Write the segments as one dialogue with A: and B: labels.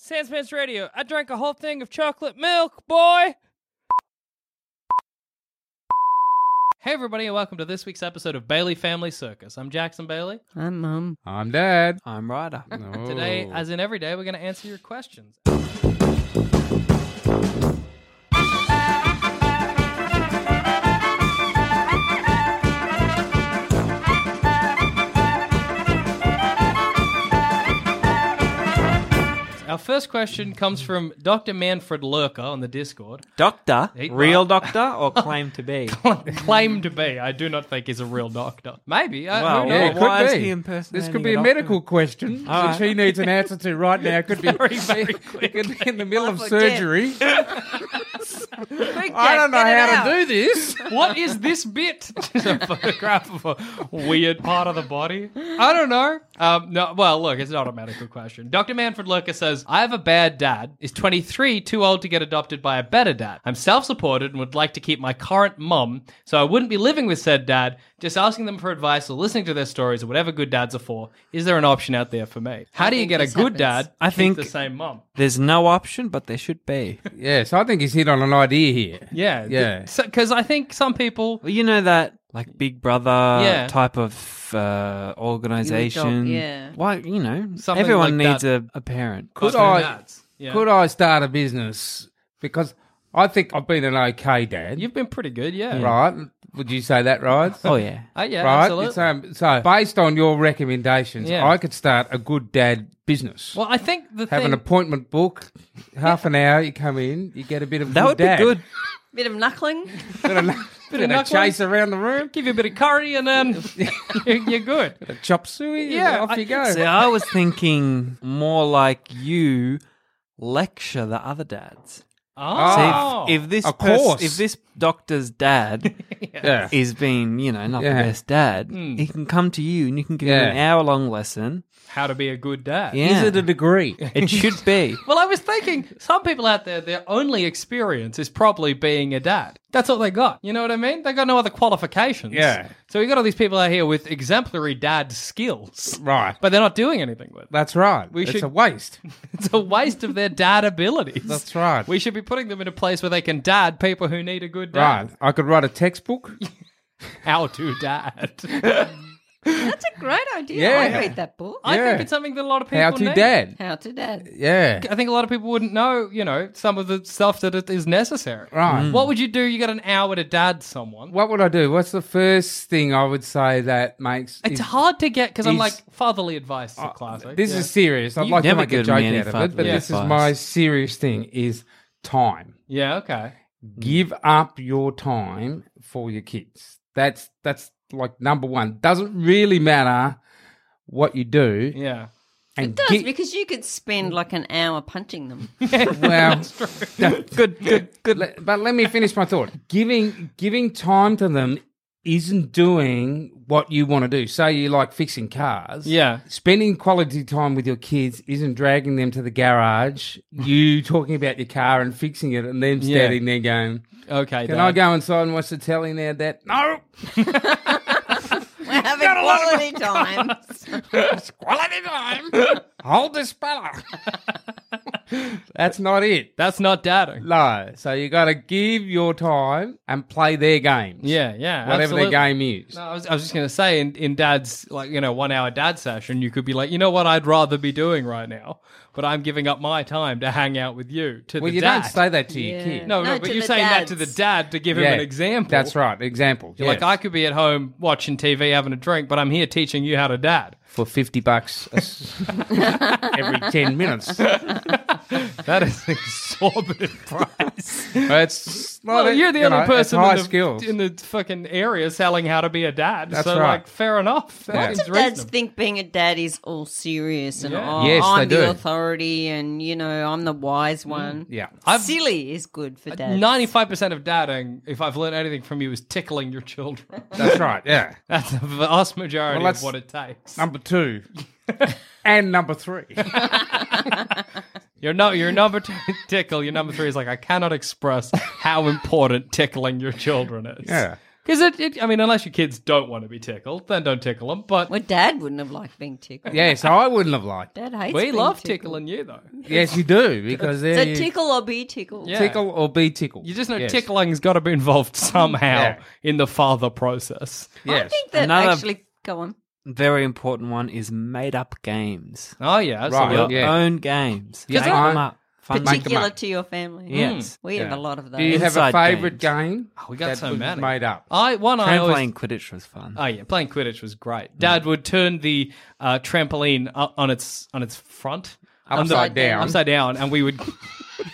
A: Sandspans Radio. I drank a whole thing of chocolate milk, boy. Hey, everybody, and welcome to this week's episode of Bailey Family Circus. I'm Jackson Bailey.
B: I'm mom.
C: I'm um, Dad. Oh.
D: I'm Ryder.
C: No.
D: Oh.
A: Today, as in every day, we're going to answer your questions. Our first question comes from Dr. Manfred Lurker on the Discord.
D: Doctor,
A: Hey,
D: real doctor, or claim to be?
A: Claim to be, I do not think he's a real doctor. Maybe. Uh,
D: Wow.
A: who
D: Yeah,
A: knows?
D: it could Why is he impersonating
C: this could be
D: a
C: a
D: doctor?
C: medical question
D: All
C: that she needs an answer to right now. It could be, it could be in the middle of surgery. I don't know how to do this.
A: what is this bit? Just a photograph of a weird part of the body. I don't know. Um, no, well, look, it's not a medical question. Dr. Manfred Lurker says, I have a bad dad, is 23, too old to get adopted by a better dad. I'm self supported and would like to keep my current mum, so I wouldn't be living with said dad, just asking them for advice or listening to their stories or whatever good dads are for. Is there an option out there for me? How do you
B: think
A: get a
B: this
A: good
B: happens.
A: dad?
D: I
A: keep
D: think-
A: the same mum.
D: There's no option, but there should be.
C: Yes, I think he's hit on an idea here.
A: Yeah.
C: Yeah.
A: Because I think some people.
D: Well, you know that like Big Brother
A: Yeah.
D: type of uh, organization.
B: yeah.
D: Why you know
A: Something
D: everyone
A: like
D: needs
A: that.
D: a, a parent.
C: Could
A: Other
C: I-
A: dads. Yeah.
C: Could I start a business? Because I think I've been an okay dad.
A: You've been pretty good, yeah.
C: right? Would you say that, right?
D: Oh yeah.
A: Uh, yeah,
C: right.
A: absolutely.
C: It's, um, so, based on your recommendations,
A: Yeah.
C: I could start a good dad business.
A: well, I think the
C: Have
A: thing.
C: an appointment book. Half an hour, you come in, you get a bit of
D: That
C: good
D: would
C: dad.
D: be good.
B: Bit of knuckling.
C: bit of, bit of
A: knuckling.
C: chase around the room,
A: give you a bit of curry, and then you're, you're good.
C: bit of chop suey.
A: Yeah,
C: Yeah, off
A: I-
C: you go.
D: See, I was thinking more like you lecture the other dads.
A: Oh,
D: See, if, if this
C: of
D: pers-
C: course.
D: if this doctor's dad
C: yeah.
D: is being you know not
C: Yeah.
D: the best dad,
A: Hmm.
D: he can come to you and you can give him
C: Yeah.
D: an hour long lesson.
A: how to be a good dad.
D: Yeah.
C: Is it a degree?
D: It should be.
A: Well, I was thinking some people out there, their only experience is probably being a dad. That's all they got. You know what I mean? They got no other qualifications.
C: Yeah.
A: So we got all these people out here with exemplary dad skills,
C: right.
A: but they're not doing anything with it.
C: That's right.
A: We
C: it's
A: should-
C: a waste.
A: It's a waste of their dad abilities.
C: That's right.
A: We should be putting them in a place where they can dad people who need a good dad.
C: right. I could write a textbook.
A: How to dad.
B: That's a great idea.
C: Yeah.
B: I read that book.
A: I think
C: Yeah.
A: it's something that a lot of people
C: How to
A: need.
C: dad.
B: How to dad.
C: Yeah.
A: I think a lot of people wouldn't know, you know, some of the stuff that it is necessary.
C: Right.
D: Mm.
A: What would you do? You got an hour to dad someone.
C: What would I do? What's the first thing I would say that makes
A: It's
C: if-
A: hard to get because I'm like
C: is- Uh,
A: fatherly advice is a classic.
C: This
A: yeah.
C: is serious. I'd
D: You've
C: like to
D: never
C: make a
D: given
C: joke
D: me any
C: out of it, but
D: fatherly
C: this is
D: advice.
C: my serious thing: is time.
A: yeah okay.
C: give up your time for your kids. That's that's like number one. Doesn't really matter what you do.
A: Yeah,
C: And
B: It does
C: get-
B: because you could spend like an hour punching them.
C: well,
D: good, good, good.
C: le- but let me finish my thought. Giving giving time to them isn't doing what you want to do. Say you like fixing cars.
A: yeah.
C: Spending quality time with your kids isn't dragging them to the garage, you talking about your car and fixing it, and them
A: Yeah.
C: standing there going,
A: Okay.
C: Can
A: Dad.
C: I go inside and watch the telly now, Dad? No!
B: We're having quality time.
C: quality time. Hold the speller. That's not it.
A: That's not dadding.
C: No. So you got to give your time and play their games.
A: Yeah, yeah.
C: Whatever
A: absolutely.
C: their game is.
A: No, I was, I was just going to say, in, in dad's, like, you know, one hour dad session, you could be like, you know what, I'd rather be doing right now, but I'm giving up my time to hang out with you. To
C: well,
A: the
C: you
A: dad.
C: don't say that to your kid.
A: No, no,
B: No,
A: but
B: to
A: you're
B: the
A: saying that to the
B: dads.
A: dad to give him
C: Yeah.
A: an example.
C: That's right. Example.
A: You're like, I could be at home watching TV, having a drink, but I'm here teaching you how to dad.
C: for 50 bucks a s- every 10 minutes.
A: That is an exorbitant price.
C: It's not
A: well,
C: it-
A: you're the
C: you
A: only
C: know, it's
A: person
C: high
A: in the,
C: skills.
A: in the fucking area selling how to be a dad.
C: That's
A: so,
C: right.
A: like, fair enough. That
C: Lots
A: seems
B: Some dads
A: reasonable.
B: think being a dad is all serious and
A: Yeah.
B: oh,
C: Yes, they
B: I'm the
C: do. Mm,
B: authority and you know I'm the wise one.
C: yeah.
B: Silly is good for dads.
A: Ninety-five percent of dadding, if I've learned anything from you, is tickling your children.
C: That's right. Yeah.
A: That's the vast majority
C: Well,
A: of
C: that's-
A: what it takes.
C: Number two. and number three.
A: Your no, your number two tickle. Your number three is like I cannot express how important tickling your children is.
C: Yeah.
A: because it, it. I mean, unless your kids don't want to be tickled, then don't tickle them. But
B: Well, dad wouldn't have liked being tickled.
C: Yeah, so I wouldn't have liked.
B: Dad hates
A: we
B: being
A: love
B: tickled.
A: tickling you though.
C: Yes, you do, because
B: It's
C: there
B: a
C: you
B: tickle or be tickled.
A: Yeah.
C: tickle or be tickled.
A: You just know
C: Yes.
A: tickling's got to be involved somehow
C: Yeah.
A: in the father process.
C: Yes.
B: I think that
D: Another-
B: actually go on.
D: Very important one is made up games.
A: Oh yeah, absolutely.
C: Right.
D: Your
C: Yeah.
D: own games.
C: Yeah.
D: Make them up. Fun
C: Make them
B: Particular
C: up.
B: to your family.
D: Yes.
B: We
C: Yeah.
B: have a lot of those.
C: Do you have a
D: Inside
C: favourite
D: games.
C: game?
A: Oh, we got
C: that
A: so
C: was
A: many.
C: made up.
A: I one I
D: Trampoline
A: always
D: Quidditch was fun.
A: Oh yeah, playing Quidditch was
C: Mm.
A: great. Dad would turn the uh, trampoline up on its on its front, on the-
C: Upside down.
A: upside down, and we would.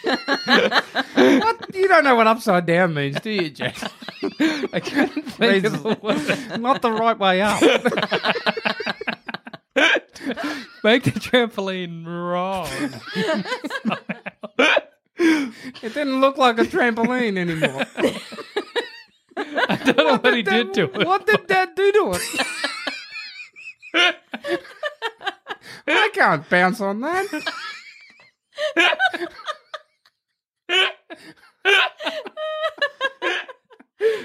C: You don't know what upside down means, do you, Jack?
A: I couldn't think of the word.
C: Not the right way up.
A: Make the trampoline wrong.
C: It didn't look like a trampoline anymore.
A: I don't know what he did to it.
C: What did Dad do to it? I can't bounce on that.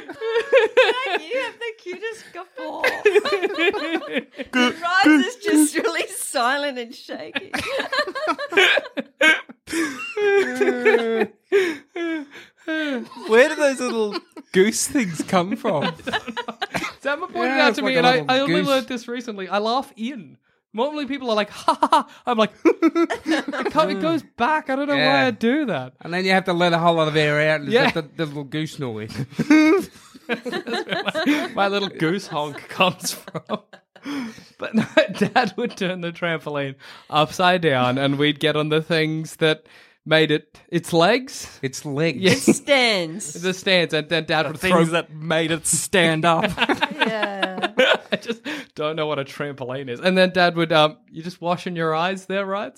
B: you have the cutest guffaw. the rise is just really silent and shaky.
D: Where do those little goose things come from?
A: Sam pointed
C: Yeah,
A: out
C: it's
A: to
C: like
A: me,
C: a
A: and I,
C: little
A: I only
C: goose.
A: learned this recently. I laugh in. Normally, people are like, "Ha ha!" ha. I'm like, it, co- it goes back. I don't know why
C: Yeah.
A: I do that.
C: And then you have to let a whole lot of air out and
A: Yeah.
C: yeah. the, the little goose noise.
A: my little goose honk comes from. But no, Dad would turn the trampoline upside down, and we'd get on the things that made it its legs,
C: It's legs.
A: Yeah.
B: Stands.
A: the stands, and then Dad would throw.
D: Things that made it stand up.
B: Yeah.
A: I just don't know what a trampoline is. And then Dad would, um, you just washing your eyes there, right?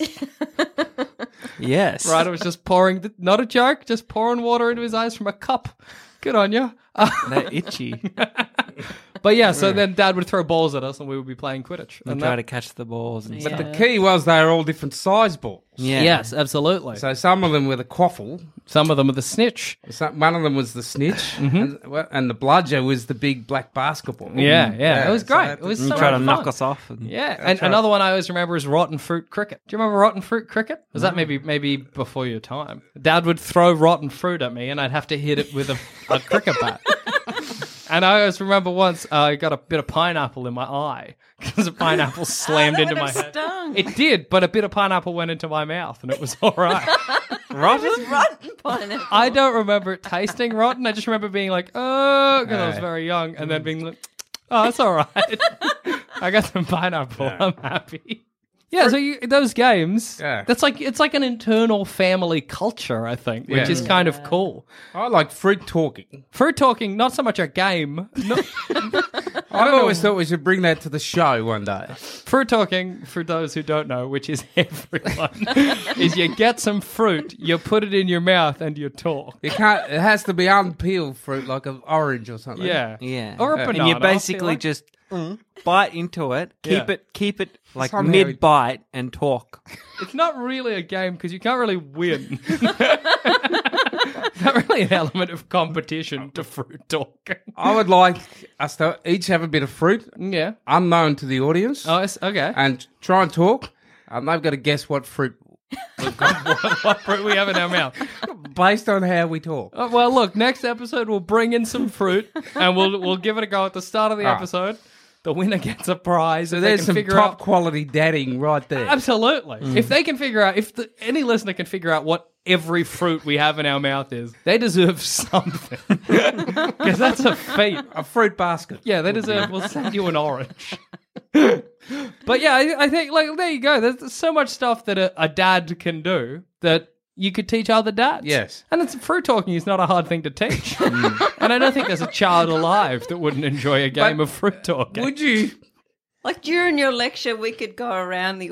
D: yes.
A: right, it was just pouring, the, not a joke, just pouring water into his eyes from a cup. Good on you.
D: They're itchy.
A: but yeah, so then Dad would throw balls at us, and we would be playing Quidditch.
D: and
A: And
D: try
A: that,
D: to catch the balls and
C: But
D: stuff.
C: the key was they were all different size balls.
D: Yeah.
A: Yes, absolutely.
C: So some of them were the quaffle,
A: Some of them are the snitch.
C: some, one of them was the snitch,
D: Mm-hmm.
C: and, well, and the bludger was the big black basketball.
A: Yeah, yeah, it was
C: so
A: great.
C: that-
A: it was
D: And
A: so
D: you Mm-hmm. Mm, try to
A: much
D: knock
A: fun.
D: us off. And
A: Yeah, and another one I always remember is rotten fruit cricket. Do you remember rotten fruit cricket? Was that maybe maybe before your time? Dad would throw rotten fruit at me, and I'd have to hit it with a, a cricket bat. And I always remember once uh, I got a bit of pineapple in my eye because a pineapple slammed into my head.
B: Stung.
A: It did, but a bit of pineapple went into my mouth, and it was all right.
B: It's rotten pineapple.
A: I don't remember it tasting rotten. I just remember being like, oh, because I was very young, and then being like, oh, that's all right. I got some pineapple. I'm happy. Yeah, so you, those games,
C: Yeah.
A: that's like it's like an internal family culture, I think, which
C: Yeah.
A: is kind of cool.
C: I like fruit talking.
A: Fruit talking, not so much a game. No,
C: I
D: Oh.
C: always thought we should bring that to the show one day.
A: fruit talking, for those who don't know, which is everyone, is you get some fruit, you put it in your mouth, and you talk.
C: It can't. It has to be unpeeled fruit, like an orange or something.
A: Yeah,
D: Yeah. Uh,
A: or a banana.
C: And
D: and
A: I
D: you
A: feel
D: basically
A: like. Mm.
D: just bite into it, keep
A: Yeah.
D: it, keep it like
C: Somehow-
D: mid bite and talk.
A: It's not really a game because you can't really win. not really an element of competition to fruit talking.
C: I would like us to each have a bit of fruit,
A: Yeah.
C: unknown to the audience,
A: Oh, it's, okay.
C: and try and talk. And they've got to guess what fruit,
A: what fruit we have in our mouth?
C: based on how we talk.
A: Oh, well, look, next episode we'll bring in some fruit and we'll we'll give it a go at the start of the
C: Ah.
A: episode. The winner gets a prize.
C: So
A: if they
C: there's
A: can
C: some
A: figure
C: top Mm.
A: out- Um,
C: quality dadding right there.
A: Absolutely. If they can figure out, if the, any listener can figure out what every fruit we have in our mouth is, they deserve something. Because that's a feat.
C: A fruit basket.
A: Yeah, that is a. We'll send you an orange. But yeah, I, I think like there you go. There's so much stuff that a, a dad can do that you could teach other dads.
C: Yes.
A: and it's through talking is not a hard thing to teach.
D: Mm.
A: and I don't think there's a child alive that wouldn't enjoy a game of fruit talking.
C: Would you?
B: Like during your lecture, we could go around the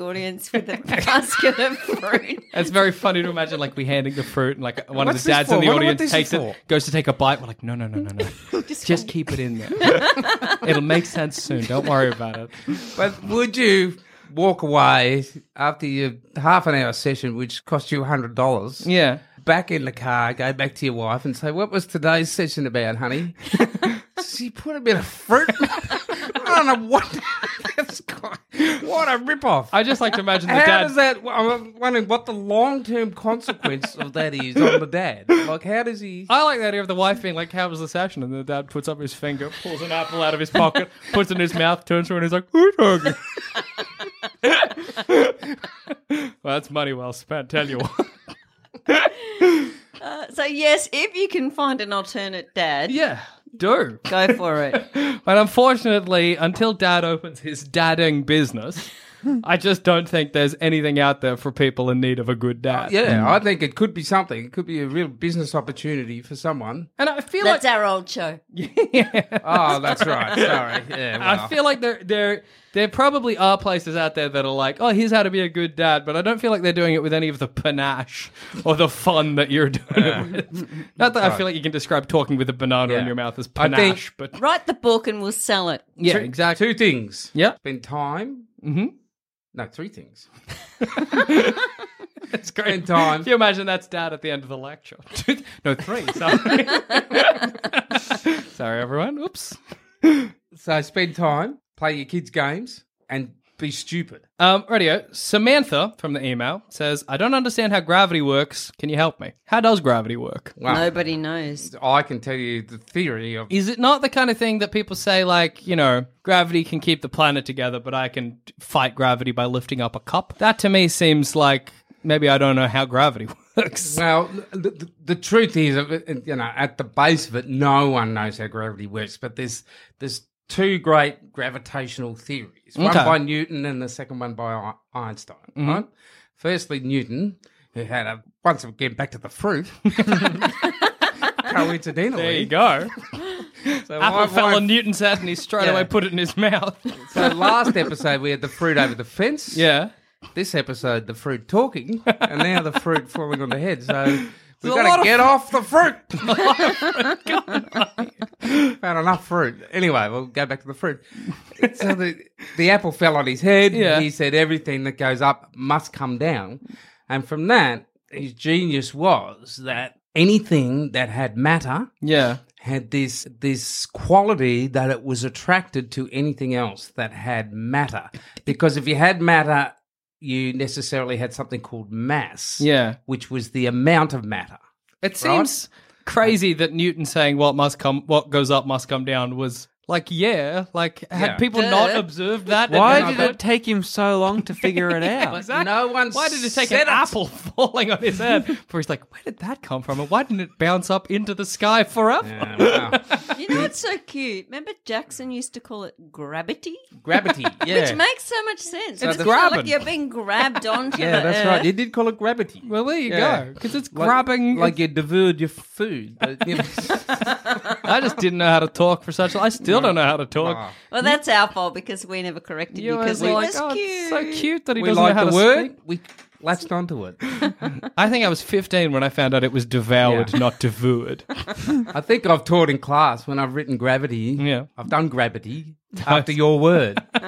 B: audience with a basket of fruit.
A: It's very funny to imagine like we handing the fruit and like one
D: What's
A: of the dads
D: this
A: in the
D: for? Wonder what
A: audience
D: this
A: takes
D: is for.
A: it, goes to take a bite. We're like, no, no, no, no, no. Just, keep it in there. It'll make sense soon. Don't worry about it.
C: But would you walk away after your half an hour session, which cost you hundred dollars?
A: Yeah.
C: Back in the car, go back to your wife and say, "What was today's session about, honey?" she put a bit of fruit. I don't know what. That's quite, what a ripoff.
A: I just like uh, to imagine the
C: how
A: dad.
C: does that? I'm wondering what the long term consequence of that is on the dad. Like, how does he?
A: I like the idea of the wife being like, "How was the session?" And the dad puts up his finger, pulls an apple out of his pocket, puts it in his mouth, turns around, and he's like, "Who's talking?" well, that's money well spent. Tell you what.
B: Uh, so yes, if you can find an alternate dad,
A: Yeah, do.
B: go for it.
A: But unfortunately, until Dad opens his dadding business, I just don't think there's anything out there for people in need of a good dad.
C: Yeah, I think it could be something. It could be a real business opportunity for someone.
A: And I feel
B: That's
A: like
B: our old show.
C: Oh, that's right. Sorry. Yeah. well.
A: I feel like there there there probably are places out there that are like, oh, here's how to be a good dad, but I don't feel like they're doing it with any of the panache or the fun that you're doing it with. Not that I feel like you can describe talking with a banana
C: Yeah.
A: in your mouth as
C: I think-
A: panache, but
B: Write the book and we'll sell it.
A: yeah,
C: Two-
A: exactly.
C: Two things.
A: Yeah.
C: Spend time.
A: Mm-hmm.
C: No, three things.
A: It's great.
C: In time.
A: Can you imagine that's dad at the end of the lecture? no, three. Sorry. sorry, everyone. Oops.
C: So spend time, play your kids' games, and be stupid.
A: Um, radio. Samantha from the email says, I don't understand how gravity works. Can you help me? How does gravity work?
C: Wow.
B: Nobody knows.
C: I can tell you the theory of.
A: Is it not the kind of thing that people say, like, you know, gravity can keep the planet together, but I can fight gravity by lifting up a cup? That to me seems like maybe I don't know how gravity works.
C: Well, the, the, the truth is, uh, you know, at the base of it, no one knows how gravity works. But there's there's two great gravitational theories. One
A: Okay. Mm-hmm.
C: by Newton, and the second one by I- Einstein. Right? Firstly, Newton, who had a once again back to the fruit. Coincidentally,
A: There you go.
C: So
A: Apple
C: I-
A: fell
C: I-
A: on Newton's head and he straight
C: Yeah.
A: away put it in his mouth.
C: So last episode we had the fruit over the fence.
A: yeah.
C: This episode the fruit talking, and now the fruit falling on the head. So we've
A: a
C: got
A: lot
C: to
A: of
C: get off the fruit. Found enough fruit. Anyway, we'll go back to the fruit. So the the apple fell on his head.
A: Yeah.
C: He said everything that goes up must come down, and from that his genius was that anything that had matter
A: Yeah.
C: had this this quality that it was attracted to anything else that had matter because if you had matter you necessarily had something called mass
A: Yeah.
C: which was the amount of matter
A: It
C: Right?
A: seems crazy that Newton saying what must come, what goes up must come down was like, yeah, like had
C: Yeah.
A: people
B: Duh.
A: not observed that?
D: Why
A: And then
D: did
A: I
D: it take him so long to figure it
A: thought,
D: out?
A: exactly.
C: no one
A: Why did it take
C: said
A: an
C: it.
A: apple falling on his head? For he's like, where did that come from, and why didn't it bounce up into the sky forever?
C: Yeah, wow.
B: You know what's so cute? Remember Jackson used to call it gravity?
C: gravity yeah
B: Which makes so much sense.
C: It's
B: it's not
A: grabbing.
B: like you're being grabbed onto
C: yeah
B: the
C: that's
B: earth.
C: right you did call it gravity
A: Well, there you
C: Yeah.
A: go, because it's
C: Like-
A: grabbing.
C: like you devoured your food but, you know.
A: I just didn't know how to talk for such. I still don't know how to talk.
B: Well, that's our fault because we never corrected you because
A: were
B: it
A: like,
B: was
A: "Oh,
B: cute.
A: it's so cute that he
C: we
A: doesn't know
C: like
A: how
C: the
A: to
C: word
A: speak.
C: we latched onto it
A: I think I was 15 when I found out it was devoured,
C: Yeah.
A: not devoured.
C: I think I've taught in class when I've written gravity.
A: Yeah.
C: I've done gravity after your word.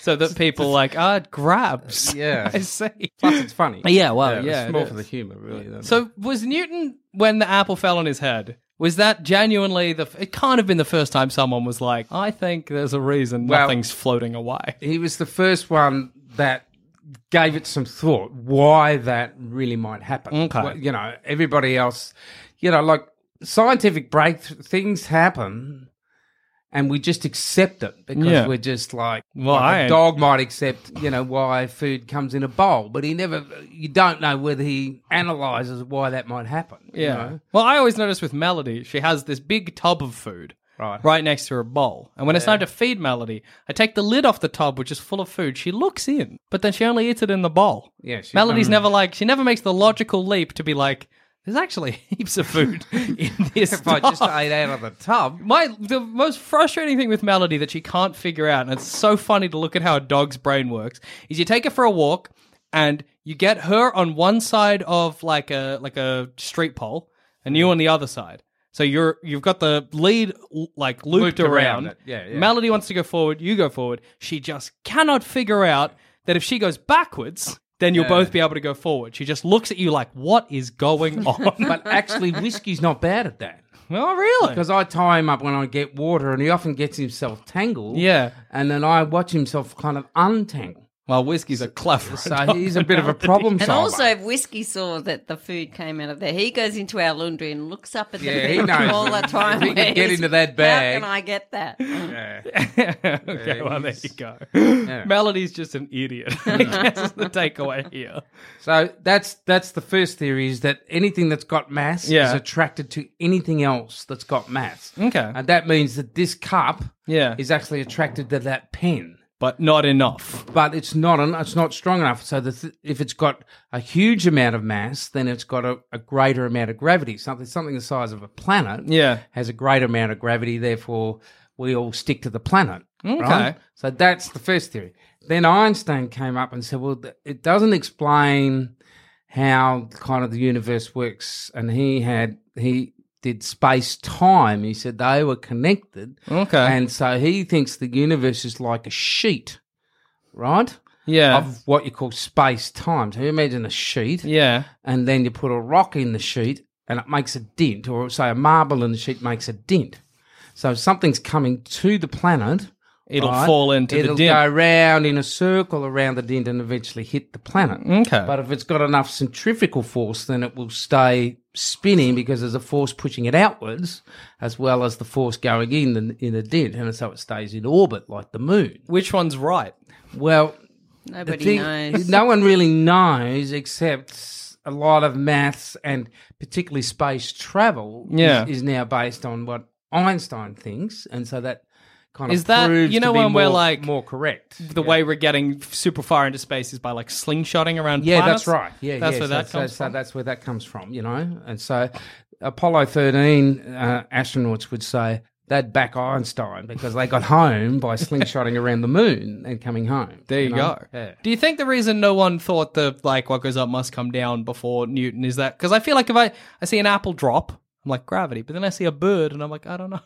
A: so that people like ah it grabs.
C: Yeah.
A: I see.
C: Plus, it's funny.
A: Yeah, well, yeah,
C: it's
A: it
C: more
A: is.
C: for the humour, really. than-
A: So was Newton when the apple fell on his head? Was that genuinely the? It can't have been the first time someone was like, "I think there's a reason
C: Well-
A: nothing's floating away."
C: he was the first one that gave it some thought why that really might happen.
A: Okay.
C: Well, you know, everybody else, you know, like scientific breakthrough things happen. And we just accept it because
A: Yeah.
C: we're just like,
A: Well,
C: like
A: I
C: a
A: ain't-
C: dog might accept, you know, why food comes in a bowl, but he never, you don't know whether he analyzes why that might happen. you
A: Yeah.
C: know?
A: Well, I always notice with Melody, she has this big tub of food,
C: Right.
A: right next to her bowl. And when it's time to feed Melody, I take the lid off the tub, which is full of food. She looks in, but then she only eats it in the bowl.
C: Yeah, she's
A: Melody's never like, she never makes the logical leap to be like, there's actually heaps of food in this.
C: If I just
A: tub."
C: ate out of the tub.
A: My the most frustrating thing with Melody that she can't figure out, and it's so funny to look at how a dog's brain works, is you take her for a walk and you get her on one side of like a like a street pole and you on the other side. So you're you've got the lead l- like looped,
C: Looped around
A: around.
C: it. Yeah, yeah.
A: Melody wants to go forward, you go forward. She just cannot figure out that if she goes backwards, then you'll both be able to go forward. She just looks at you like, "What is going on?"
C: But actually, whiskey's not bad at that.
A: oh, really?
C: Because I tie him up when I get water, and he often gets himself tangled.
A: Yeah.
C: And then I watch himself kind of untangle.
A: well, whiskey's a clever.
C: So he's a bit of a problem
B: And
C: solver.
B: also, if Whiskey saw that the food came out of there, he goes into our laundry and looks up at the
C: Yeah, he
B: food
C: knows.
B: all the time.
C: If he could get into that
B: How
C: bag."
B: can I get that? Mm,
A: okay, well, there you go. Melody's just an idiot. I guess is the takeaway here.
C: So that's that's the first theory is that anything that's got mass
A: Yeah.
C: is attracted to anything else that's got mass.
A: Okay.
C: And that means that this cup
A: Yeah.
C: is actually attracted to that pen.
A: But not enough.
C: But it's not en- it's not strong enough. So the th- if it's got a huge amount of mass, then it's got a, a greater amount of gravity. Something something the size of a planet
A: Yeah.
C: has a greater amount of gravity. Therefore, we all stick to the planet. Okay. So that's the first theory. Then Einstein came up and said, well, th- it doesn't explain how kind of the universe works. And he had, he did space time. He said they were connected.
A: Okay.
C: And so he thinks the universe is like a sheet, right?
A: yeah.
C: Of what you call space time. So you imagine a sheet
A: yeah.
C: and then you put a rock in the sheet and it makes a dent, or say a marble in the sheet makes a dent. So if something's coming to the planet.
A: It'll
C: right,
A: fall into
C: it'll
A: the
C: go
A: dent.
C: round in a circle around the dent and eventually hit the planet.
A: Okay.
C: But if it's got enough centrifugal force, then it will stay spinning because there's a force pushing it outwards, as well as the force going in the, in the dent, and so it stays in orbit like the moon.
A: Which one's right?
C: Well, the
B: Nobody
C: thing-
B: knows.
C: No one really knows except a lot of maths and particularly space travel is-
A: Yeah.
C: is, now based on what Einstein thinks. And so that kind of
A: Is that-
C: proves
A: you know
C: to be
A: when we're
C: more-
A: like-
C: more correct.
A: The way we're getting super far into space is by like slingshotting around
C: Yeah,
A: planets?
C: that's right. Yeah,
A: That's
C: yeah.
A: where
C: so,
A: that
C: so-
A: comes
C: so
A: from.
C: that's where that comes from, you know. And so, Apollo thirteen uh, astronauts would say they'd back Einstein because they got home by slingshotting around the moon and coming home.
A: There you
C: know?
A: go.
C: Yeah.
A: Do you think the reason no one thought the like what goes up must come down before Newton is that because I feel like if I I see an apple drop, I'm like gravity, but then I see a bird and I'm like I don't know.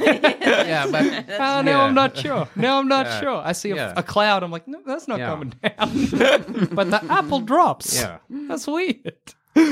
C: Yeah, but
A: Oh, now
C: Yeah.
A: I'm not sure. Now I'm not sure. I see a,
C: Yeah.
A: a cloud. I'm like, no, that's not
C: Yeah.
A: coming down. but the apple drops.
C: Yeah.
A: That's weird.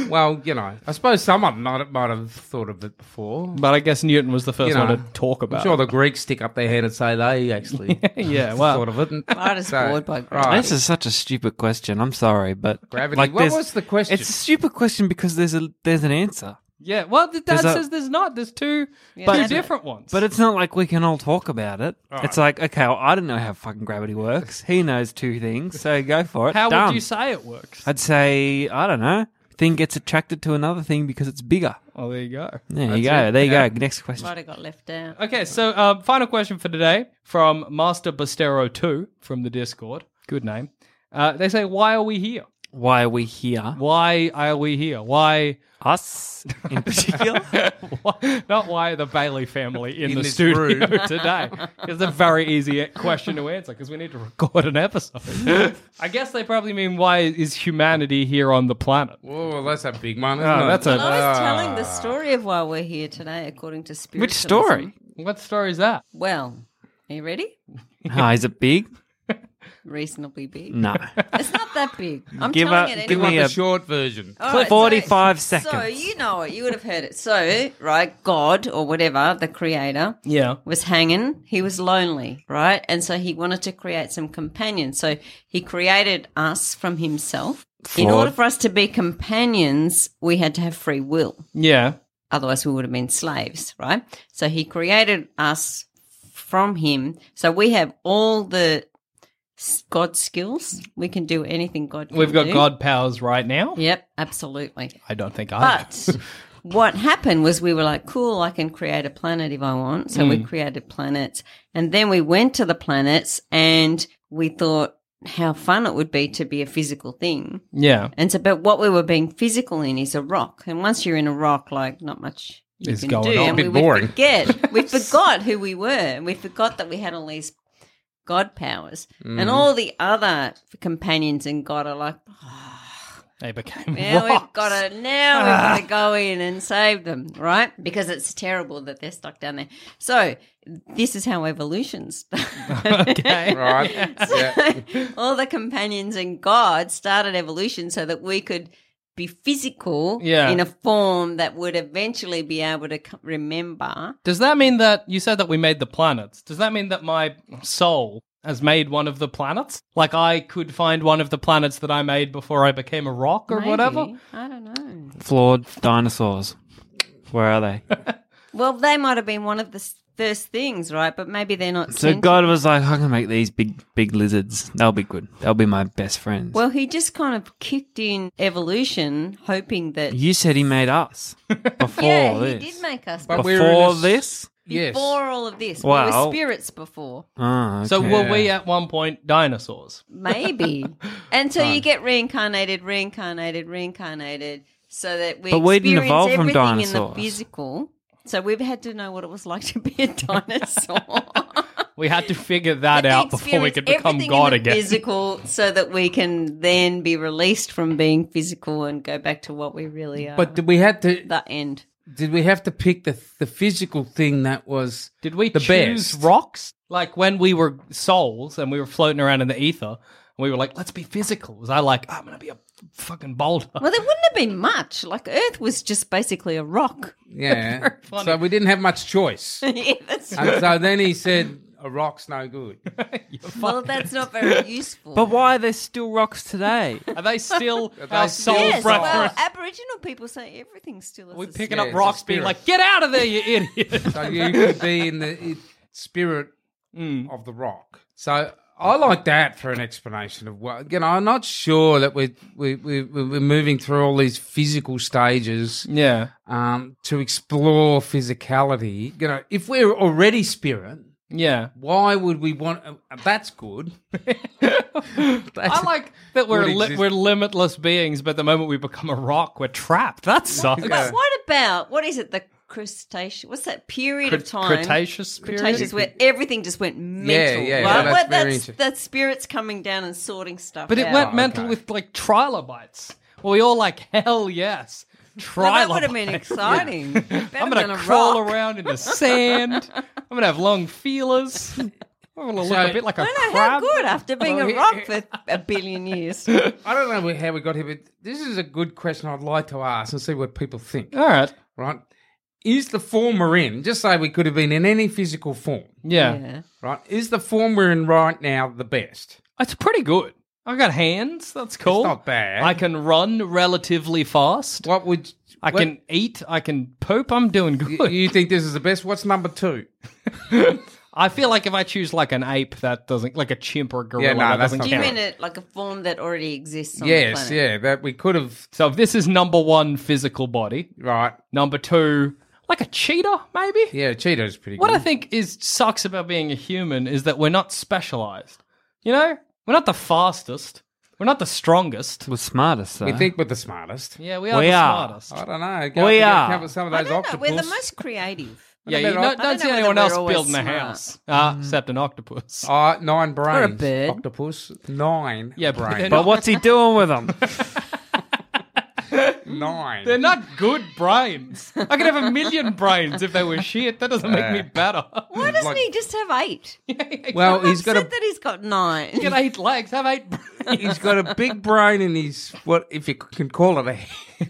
C: well, you know, I suppose someone might might have thought of it before.
A: But I guess Newton was the first
C: You know,
A: one to talk
C: I'm
A: about.
C: sure
A: it.
C: the Greeks stick up their hand and say they actually
A: yeah, well,
C: thought of it. And,
B: I was
C: so-
B: bored by
C: right.
D: This is such a stupid question. I'm sorry, but
C: Gravity. What
D: there's-
C: was the question?
D: It's a stupid question because there's a there's an answer,
A: yeah. Well, the dad
D: There's a-
A: says there's not. There's two,
B: But-
A: two different ones.
D: but it's not like we can all talk about it. It's like okay, well, I don't know how fucking gravity works. He knows two things, so go for it.
A: how
D: Done.
A: would you say it works?
D: I'd say I don't know. Thing gets attracted to another thing because it's bigger.
A: Oh, there you go.
D: There you go. There you go. Next question.
B: Might have got left out.
A: Okay, so uh, final question for today from Master Bastero Two from the Discord. Good name. Uh, they say, why are we here?
D: Why are we here?
A: Why are we here? Why?
D: Us in particular.
A: Why- not why the Bailey family in,
C: In
A: the
C: this
A: studio
C: room.
A: today. It's a very easy question to answer because we need to record an episode. I guess they probably mean why is humanity here on the planet?
C: Oh, well, that's a big one. Isn't
A: Oh,
C: it?
A: that's
B: Well,
A: a
C: Ah.
B: I was telling the story of why we're here today, according to Spirit.
D: Which story?
A: what story is that?
B: Well, are you ready?
D: Ah, is it big?
B: Reasonably
C: Mm.
B: big.
D: No.
B: It's not that big. I'm
D: Give
B: telling
D: a-
B: it
D: give
B: anyway.
D: me a-
C: the short version.
B: All right,
D: 45
B: so, So
D: seconds.
B: you know it. You would have heard it. So, right, God or whatever, the creator,
A: Yeah.
B: was hanging. He was lonely, right? And so he wanted to create some companions. So he created us from himself. In
D: Flawed.
B: order for us to be companions, we had to have free will.
A: Yeah.
B: Otherwise, we would have been slaves, right? So he created us from him. So we have all the s- God skills. We can do anything God can
A: We've got
B: do.
A: God powers right now.
B: Yep, absolutely.
A: I don't think I.
B: But what happened was we were like, cool, I can create a planet if I want. So
A: Mm.
B: we created planets. And then we went to the planets and we thought how fun it would be to be a physical thing.
A: Yeah.
B: And so, but what we were being physical in is a rock. And once you're in a rock, like, not much. You
A: Is
B: can
A: going
B: do.
A: on.
B: And
C: Bit
B: we
C: boring.
B: would forget. We forgot who we were. And we forgot that we had all these god powers.
A: Mm-hmm.
B: And all the other companions in God are like,
A: They became
B: yeah,
A: rocks.
B: we've got to now we've got to go in and save them, right? Because it's terrible that they're stuck down there. So this is how evolution started.
A: Okay.
C: Right. yeah.
B: All the companions and God started evolution so that we could be physical
A: Yeah.
B: in a form that would eventually be able to c- remember.
A: Does that mean that you said that we made the planets? Does that mean that my soul has made one of the planets? Like I could find one of the planets that I made before I became a rock or
B: maybe.
A: whatever?
B: I don't know.
D: Flawed dinosaurs. Where are they?
B: Well, they might have been one of the s- first things, right? But maybe they're not.
D: So
B: sentient.
D: God was like, I can make these big, big lizards. They'll be good. They'll be my best friends.
B: Well, he just kind of kicked in evolution, hoping that
D: you said he made us before
B: Yeah,
D: this.
B: he did make us
C: But
B: before
C: we're in a
D: before
C: s-
D: this?
C: Yes.
B: all of this. We
D: Wow.
B: were spirits before,
D: Oh,
A: So
D: okay.
A: were we at one point dinosaurs?
B: maybe. and so you get reincarnated, reincarnated, reincarnated, so that we
D: But we didn't
B: experience
D: evolve from
B: everything in the
D: dinosaurs.
B: physical. So we've had to know what it was like to be a dinosaur.
A: We had to figure that out before we
B: Experience
A: could become
B: everything
A: God
B: in the
A: again.
B: Physical, so that we can then be released from being physical and go back to what we really are.
C: But did we had to
A: uh,
B: the end.
C: did we have to pick the the physical thing that was
A: Did we
C: the
A: choose
C: best.
A: rocks? Like when we were souls and we were floating around in the ether, we were like, let's be physical. Was I like, I'm going to be a fucking boulder?
B: Well, there wouldn't have been much. Like Earth was just basically a rock.
C: yeah.
A: funny.
C: so we didn't have much choice.
B: yeah, that's
C: and so then he said, "A rock's no good."
B: Well, that's not very useful.
D: But why are there still rocks today?
A: Are they still
C: they
A: our soul
C: still
B: Yes,
C: Old brother.
B: well,
A: brethren?
B: Aboriginal people say everything's still. As
A: We're
B: a
A: picking
C: Yeah,
A: up
C: it's a
A: rocks, being
C: spirit.
A: like, get out of there, you idiot.
C: So you could be in the i- spirit
A: Mm.
C: of the rock. So I like that for an explanation of what you know. I'm not sure that we're we, we, we're moving through all these physical stages
A: yeah.
C: um, to explore physicality. You know, if we're already spirit,
A: Yeah.
C: why would we want? Uh, that's good.
A: I like that we're
C: would
A: li-
C: exist.
A: we're limitless beings, but the moment we become a rock, we're trapped. That sucks.
C: Yeah.
B: But what about what is it? The Cretaceous. What's that period
A: Cre-
B: of time?
A: Cretaceous period?
B: Cretaceous, where everything just went mental.
C: yeah,
B: right?
C: yeah, that's
B: Well,
C: very
B: that's,
C: interesting.
B: that spirit's coming down and sorting stuff.
A: But it
B: out.
A: went
C: okay.
A: mental with like trilobites. Well, we all like, hell yes.
B: Well,
A: Trilobites.
B: that would have been exciting. Better
A: I'm gonna
B: than a
A: crawl
B: rock.
A: around in the sand. I'm gonna have long feelers. I'm gonna look
C: So-
A: a bit like
B: I
A: a
B: don't know how
A: crab.
B: good after being a rock for a billion years.
C: I don't know how we got here, but this is a good question. I'd like to ask and see what people think.
A: All right.
C: Right? Is the form we're in? Just say we could have been in any physical form.
A: Yeah.
B: Yeah.
C: Right? Is the form we're in right now the best?
A: it's pretty good. I got hands. That's cool.
C: not bad.
A: I can run relatively fast.
C: What would
A: I
C: what-
A: can eat. I can poop. I'm doing good.
C: you- You think this is the best? What's number two?
A: I feel like if I choose like an ape, that doesn't like a chimp or a gorilla.
C: Yeah, no,
A: that
C: that's
A: doesn't
C: not
B: Do you
A: count.
B: mean it like a form that already exists? On the
C: yes,
B: planet?
C: yeah, that we could have.
A: So if this is number one, physical body.
C: Right?
A: Number two, like a cheetah, maybe.
C: Yeah, Cheeto's pretty
A: What I
C: good.
A: think is sucks about being a human is that we're not specialized. You know, we're not the fastest. We're not the strongest.
D: We're smartest, though.
C: we think we're the smartest.
A: Yeah, we are
D: We
A: the
D: are.
A: smartest.
C: I don't know. Go
D: We
C: up and
D: are.
C: Cover some of
B: I
C: those
B: don't know.
C: octopus.
B: We're the most creative.
A: yeah,
C: I
A: you
C: don't
A: don't,
C: know
A: don't see
B: whether
A: anyone
B: we're
A: else
B: always
A: building a
B: smart.
A: house uh, except an octopus.
C: Uh, nine brains.
B: bird.
C: Octopus. Nine.
A: Yeah, but
C: brains.
A: they're
D: but what's he doing with them?
C: nine.
A: They're not good brains. I could have a million brains if they were shit. That doesn't make me better.
B: Why doesn't
C: Like-
B: he just have eight?
C: well,
B: I'm
C: he's got a
B: upset that he's got nine.
A: Get eight legs, have eight brains.
C: he's got a big brain and he's what if you can call it a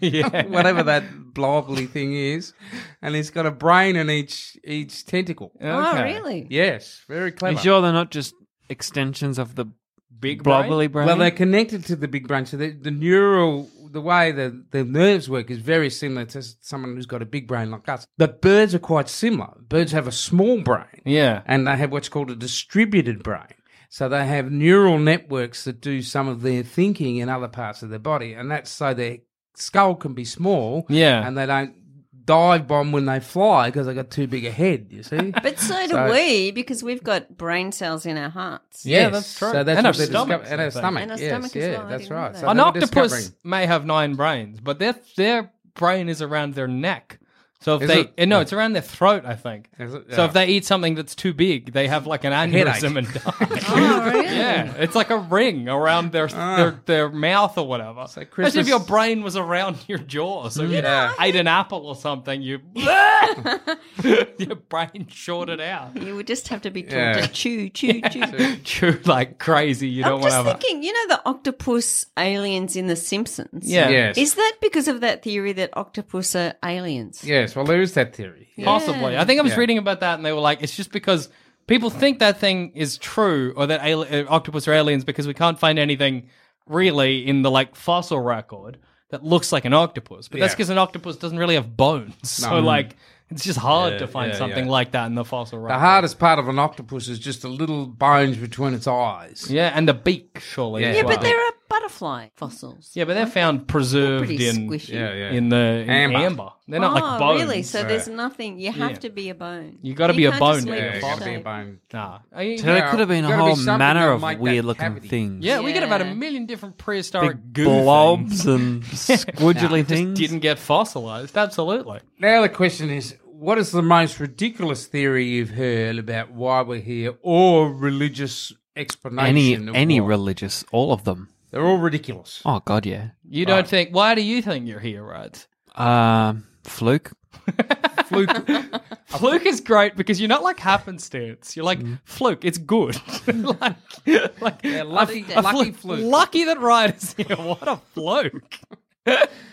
A: Yeah.
C: whatever that blobbly thing is, and he's got a brain in each each tentacle.
B: Oh, really?
C: Yes, very
D: Are
C: clever.
D: you sure they're not just extensions of the
A: Big
D: blobbly brain?
C: Well, they're connected to the big brain, so the, the neural the way the the nerves work is very similar to someone who's got a big brain like us. But birds are quite similar. Birds have a small brain.
A: Yeah.
C: and they have what's called a distributed brain. So they have neural networks that do some of their thinking in other parts of their body, and that's so their skull can be small,
A: Yeah.
C: and they don't dive bomb when they fly because they got too big a head. You see?
B: But so do
C: So-
B: we because we've got brain cells in our hearts.
C: Yes,
A: that's true.
C: So that's
A: And
C: what
A: our
C: they discover-
A: stomachs,
C: and
A: I
C: our
A: think.
C: stomach.
B: And our
C: yes,
B: stomach as
C: yeah,
B: well, I
C: that's
B: didn't know
C: right.
B: that.
C: So
A: An
C: they were
A: octopus
C: discovering-
A: may have nine brains, but their their brain is around their neck. So if
C: Is
A: they
C: it?
A: eh, no, it's around their throat, I think.
C: Is it?
A: So
C: Yeah.
A: if they eat something that's too big, they have like an
C: Headache.
A: aneurysm and die.
B: Oh, really?
A: Yeah, it's like a ring around their their, their mouth or whatever.
C: Ah. like
A: Imagine
C: Christmas-
A: if your brain was around your jaw, so you
C: Yeah.
A: ate an apple or something, you your brain shorted out,
B: You would just have to be taught
C: Yeah.
B: to chew, chew, chew.
A: chew like crazy. You
B: I'm
A: don't
B: just
A: want to.
B: thinking, you know, the octopus aliens in The Simpsons.
A: Yeah.
C: Yes.
B: Is that because of that theory that octopus are aliens?
C: yes. Well, there is that theory. Yeah.
A: Possibly. I think I was
C: Yeah.
A: reading about that, and they were like, it's just because people think that thing is true, or that al- uh, octopus are aliens, because we can't find anything really in the like fossil record that looks like an octopus. But that's
C: Yeah. Mm.
A: because an octopus doesn't really have bones, so like it's just hard to find
C: yeah,
A: something
C: yeah.
A: like that in the fossil record.
C: The hardest part of an octopus is just the little bones between its eyes.
A: yeah, and the beak, surely.
C: Yeah.
A: as
B: Yeah,
A: well.
B: but there are butterfly fossils.
A: yeah, but they're found preserved
B: Pretty
A: in
B: squishy.
C: Yeah, yeah.
A: in the in amber.
C: Amber.
A: They're not like
B: oh,
A: bones.
B: really? So
C: Right.
B: there's nothing. You have to be a bone.
A: You gotta be a
B: can't just
A: bone.
B: leave
C: Yeah,
B: it
C: you gotta be a
B: shape.
C: bone.
A: Nah. I- you
D: So there
C: Yeah,
D: could have been a
C: gotta be
D: whole
C: something
D: manner
C: that'll
D: of
C: make that
D: weird looking
C: cavity.
D: things.
A: Yeah, we get about a
B: Yeah.
A: million different prehistoric
D: Big
A: goo things.
D: blobs and squidgely
A: Just
D: things.
A: didn't get fossilized. Absolutely.
C: Now the question is, what is the most ridiculous theory you've heard about why we're here, or religious
D: any
C: explanation? of
D: any
C: why?
D: religious, all of them.
C: They're all ridiculous.
D: Oh god, yeah.
A: You don't think? Why do you think you're here, Rhodes?
D: Um, fluke.
A: Fluke. fluke is great because you're not like happenstance. You're like fluke. It's good. like, like
C: lucky-
A: a
C: lucky fluke.
A: Lucky that Ryder's here. What a fluke.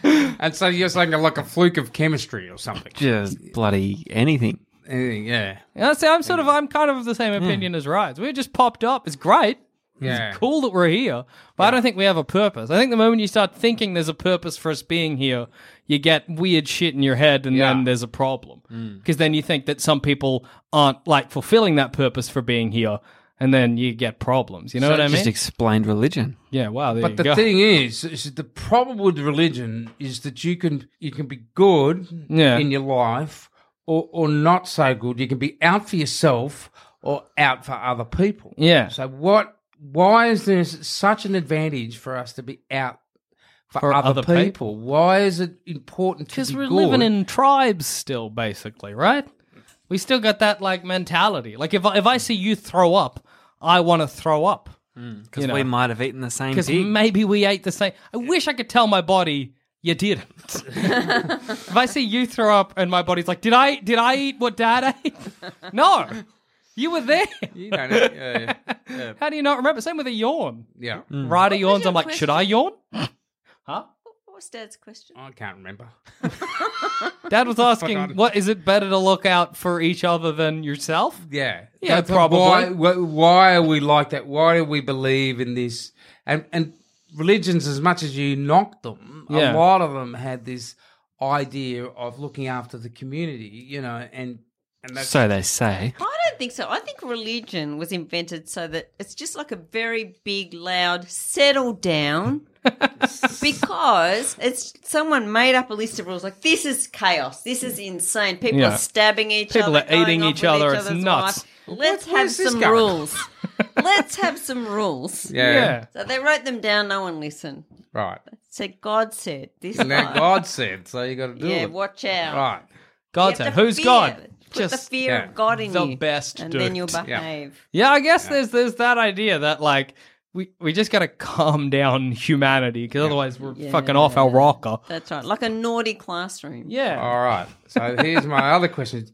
C: And so you're saying they're like a fluke of chemistry or something.
D: Just bloody anything.
C: Anything, yeah.
A: And I say I'm sort of I'm kind of of the same opinion as Rydes. We just popped up. It's great.
C: Yeah.
A: It's cool that we're here, but I don't think we have a purpose. I think the moment you start thinking there's a purpose for us being here, you get weird shit in your head, and then
C: Yeah. Mm.
A: there's a problem because then you think that some people aren't like fulfilling that purpose for being here, and then you get problems. You know what I mean?
D: Just explained religion.
A: yeah. Wow. There
C: But
A: you
C: the
A: go.
C: thing is, is the problem with religion is that you can you can be good
A: Yeah.
C: in your life or, or not so good. You can be out for yourself or out for other people.
A: Yeah.
C: So what why is there such an advantage for us to be out for,
A: For
C: other,
A: other
C: people?
A: people?
C: Why is it important to
A: Because
C: be
A: we're
C: good?
A: living in tribes still, basically, right? We still got that like mentality. Like if I, if I see you throw up, I want to throw up
D: Because
A: You know.
D: we might have eaten the same
A: because
D: pig.
A: maybe we ate the same. I wish I could tell my body you didn't. if I see you throw up and my body's like, did I did I eat what Dad ate? no, you were there.
C: you know, yeah, yeah,
A: How do you not remember? Same with a yawn.
C: yeah.
A: Ryder yawns.
B: your
A: I'm like, should I yawn?
B: What was Dad's question?
C: I can't remember.
A: Dad was asking, what is it better to look out for each other than yourself?
C: Yeah,
A: Yeah,
C: That's
A: probably.
C: Why, why, why are we like that? Why do we believe in this? And and religions, as much as you knock them,
A: Yeah.
C: a lot of them had this idea of looking after the community, you know, and and that's
D: So they say.
B: I don't think so. I think religion was invented so that it's just like a very big, loud, settle down. because it's someone made up a list of rules like this is chaos, this is insane. People
A: Yeah.
B: are stabbing each
A: People
B: other,
A: are eating
B: going off
A: each
B: with
A: other,
B: each
A: it's
B: other's
A: nuts.
B: wife. Let's
C: where
B: have
C: is this
B: some
C: going?
B: rules. Let's have some rules.
C: yeah,
A: Yeah.
B: So they wrote them down. No one listened.
C: right.
B: Said God said this.
C: And then
B: time.
C: God said, so you got to do
B: yeah,
C: it,
B: watch out.
C: right?
A: God
B: You
A: said,
B: have
A: who's
B: the
A: God?
B: fear. Put the fear
C: yeah,
B: of God in
A: the
B: you.
A: best
B: and
A: dirt.
B: then you'll
A: Yeah.
B: behave.
A: Yeah, I guess there's there's that idea that like we we just gotta calm down humanity because otherwise we're fucking off our rocker.
B: That's right, like a naughty classroom.
A: Yeah,
C: All right. So here's my other question: